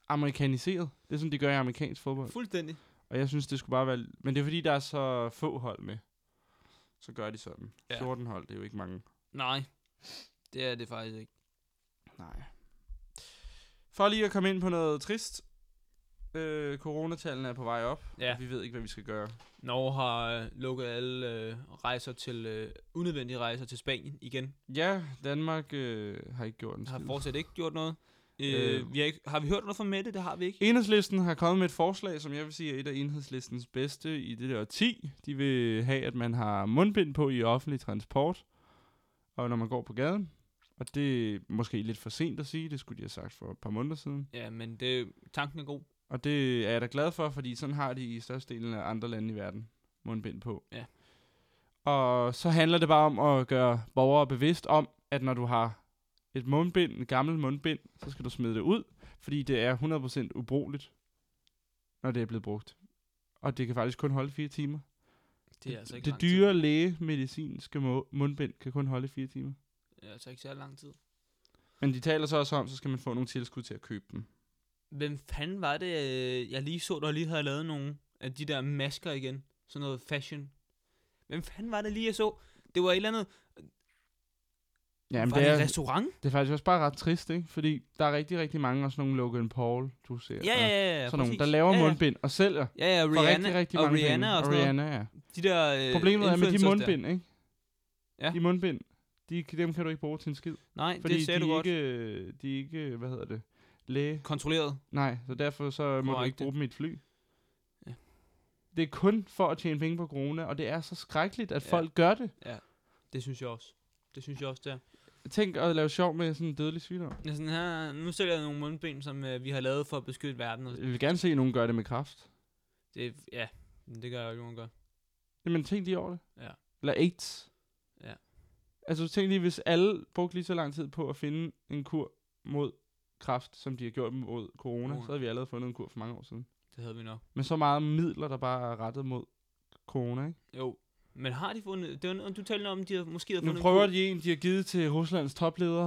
[SPEAKER 1] amerikaniseret. Det er sådan, de gør i amerikansk fodbold.
[SPEAKER 2] Fuldstændig.
[SPEAKER 1] Og jeg synes, det skulle bare være... Men det er fordi, der er så få hold med. Så gør de sådan.
[SPEAKER 2] Ja.
[SPEAKER 1] 14 hold, det er jo ikke mange.
[SPEAKER 2] Nej, det er det faktisk ikke.
[SPEAKER 1] Nej. For lige at komme ind på noget trist. Øh, coronatallene er på vej op.
[SPEAKER 2] Ja.
[SPEAKER 1] og Vi ved ikke, hvad vi skal gøre.
[SPEAKER 2] Norge har øh, lukket alle øh, rejser til, øh, unødvendige rejser til Spanien igen.
[SPEAKER 1] Ja, Danmark øh, har ikke gjort en
[SPEAKER 2] Har
[SPEAKER 1] skid.
[SPEAKER 2] fortsat ikke gjort noget. Øh,
[SPEAKER 1] Øh.
[SPEAKER 2] vi har, ikke, har vi hørt noget fra Mette? Det har vi ikke.
[SPEAKER 1] Enhedslisten har kommet med et forslag, som jeg vil sige er et af enhedslistens bedste i det der 10. De vil have, at man har mundbind på i offentlig transport, og når man går på gaden. Og det er måske lidt for sent at sige, det skulle de have sagt for et par måneder siden.
[SPEAKER 2] Ja, men det, tanken er god.
[SPEAKER 1] Og det er jeg da glad for, fordi sådan har de i størstedelen af andre lande i verden mundbind på.
[SPEAKER 2] Ja.
[SPEAKER 1] Og så handler det bare om at gøre borgere bevidst om, at når du har et mundbind, en gammel mundbind, så skal du smide det ud, fordi det er 100% ubrugeligt, når det er blevet brugt. Og det kan faktisk kun holde fire timer.
[SPEAKER 2] Det er altså ikke
[SPEAKER 1] det
[SPEAKER 2] lang
[SPEAKER 1] dyre
[SPEAKER 2] Tid.
[SPEAKER 1] lægemedicinske må- mundbind kan kun holde i fire timer.
[SPEAKER 2] Det er altså ikke særlig lang tid.
[SPEAKER 1] Men de taler så også om, så skal man få nogle tilskud til at købe dem.
[SPEAKER 2] Hvem fanden var det, øh, jeg lige så, der lige havde lavet nogle af de der masker igen? Sådan noget fashion. Hvem fanden var det lige, jeg så? Det var et eller andet...
[SPEAKER 1] Jamen,
[SPEAKER 2] var det en restaurant?
[SPEAKER 1] Det er faktisk også bare ret trist, ikke? Fordi der er rigtig, rigtig mange også nogle Logan Paul, du ser.
[SPEAKER 2] Ja, ja,
[SPEAKER 1] og
[SPEAKER 2] ja. ja
[SPEAKER 1] sådan nogle,
[SPEAKER 2] præcis.
[SPEAKER 1] der laver
[SPEAKER 2] ja, ja.
[SPEAKER 1] mundbind og sælger
[SPEAKER 2] Ja, ja,
[SPEAKER 1] for
[SPEAKER 2] Rihanna
[SPEAKER 1] rigtig, rigtig
[SPEAKER 2] og
[SPEAKER 1] mange
[SPEAKER 2] Rihanna
[SPEAKER 1] penge.
[SPEAKER 2] og sådan noget.
[SPEAKER 1] Rihanna, ja.
[SPEAKER 2] De der øh,
[SPEAKER 1] Problemet er med de
[SPEAKER 2] influencers
[SPEAKER 1] mundbind, ikke?
[SPEAKER 2] Ja.
[SPEAKER 1] De mundbind, de, dem kan du ikke bruge til en skid.
[SPEAKER 2] Der. Nej,
[SPEAKER 1] Fordi
[SPEAKER 2] det sagde
[SPEAKER 1] de,
[SPEAKER 2] du
[SPEAKER 1] er
[SPEAKER 2] godt.
[SPEAKER 1] ikke, øh, de er ikke, hvad hedder det, læge.
[SPEAKER 2] Kontrolleret.
[SPEAKER 1] Nej, så derfor så må du
[SPEAKER 2] Korrekt.
[SPEAKER 1] ikke bruge dem i et fly.
[SPEAKER 2] Ja.
[SPEAKER 1] Det er kun for at tjene penge på corona, og det er så skrækkeligt, at
[SPEAKER 2] Ja.
[SPEAKER 1] folk gør det.
[SPEAKER 2] Det synes jeg også. Det synes jeg også, det er.
[SPEAKER 1] Tænk at lave sjov med sådan en dødelig sygdom.
[SPEAKER 2] Jeg er sådan her, nu sælger jeg nogle mundbind, som øh, vi har lavet for at beskytte verden. Og
[SPEAKER 1] Jeg vil gerne se, at nogen gør det med kraft.
[SPEAKER 2] det, ja, men det gør jeg jo ikke, nogen gør.
[SPEAKER 1] Jamen tænk lige over det.
[SPEAKER 2] Ja.
[SPEAKER 1] Eller AIDS.
[SPEAKER 2] Ja.
[SPEAKER 1] Altså tænk lige, hvis alle brugte lige så lang tid på at finde en kur mod kræft, som de har gjort mod corona,
[SPEAKER 2] Corona.
[SPEAKER 1] så havde vi allerede fundet en kur for mange år siden.
[SPEAKER 2] Det havde vi nok.
[SPEAKER 1] Men så meget midler, der bare er rettet mod corona, ikke?
[SPEAKER 2] Jo. Men har de fundet... Det var, noget, du talte om, de har måske har fundet...
[SPEAKER 1] Nu
[SPEAKER 2] en
[SPEAKER 1] prøver
[SPEAKER 2] kur.
[SPEAKER 1] de en, de har givet til Ruslands topleder.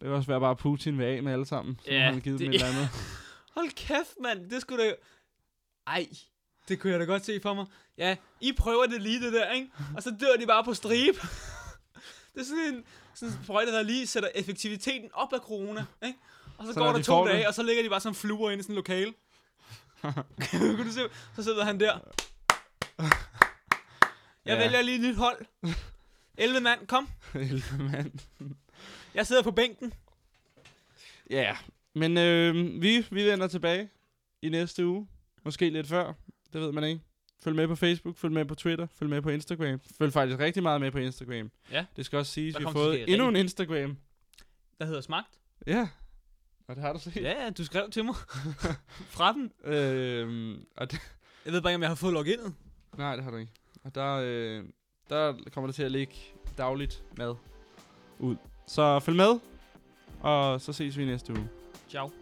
[SPEAKER 1] Det kan også være bare Putin vil af med alle sammen. Så
[SPEAKER 2] Ja,
[SPEAKER 1] ja, har han givet det, dem
[SPEAKER 2] det-
[SPEAKER 1] et eller andet.
[SPEAKER 2] Hold kæft, mand. Det skulle da... Ej. Det kunne jeg da godt se for mig. Ja, I prøver det lige det der, ikke? Og så dør de bare på stribe. det er sådan en, sådan en sprøjte, der lige sætter effektiviteten op af corona, ikke? Og så,
[SPEAKER 1] Så
[SPEAKER 2] så går
[SPEAKER 1] når
[SPEAKER 2] der
[SPEAKER 1] de
[SPEAKER 2] to
[SPEAKER 1] får
[SPEAKER 2] dage,
[SPEAKER 1] det-
[SPEAKER 2] og så ligger de bare som fluer inde i sådan en lokale. Kunne du se? Så sidder han der. Jeg
[SPEAKER 1] Ja.
[SPEAKER 2] ja. vælger lige et nyt hold. 11 mand, kom.
[SPEAKER 1] Helvede, mand.
[SPEAKER 2] Jeg sidder på bænken.
[SPEAKER 1] Ja, yeah. men øh, vi, vi vender tilbage i næste uge. Måske lidt før, det ved man ikke. Følg med på Facebook, følg med på Twitter, følg med på Instagram. Følg faktisk rigtig meget med på Instagram.
[SPEAKER 2] Ja.
[SPEAKER 1] Det skal også siges,
[SPEAKER 2] Der
[SPEAKER 1] at vi har
[SPEAKER 2] kom
[SPEAKER 1] fået
[SPEAKER 2] til det
[SPEAKER 1] endnu en Instagram.
[SPEAKER 2] Der hedder Smagt.
[SPEAKER 1] Ja, og det har du set.
[SPEAKER 2] Ja, du skrev til mig. Fra den.
[SPEAKER 1] Øhm, og det,
[SPEAKER 2] Jeg ved bare ikke, om jeg har fået login'et.
[SPEAKER 1] nej, det har du ikke. Og der, øh, der kommer der til at ligge dagligt mad ud. Så følg med, og så ses vi i næste uge.
[SPEAKER 2] Ciao.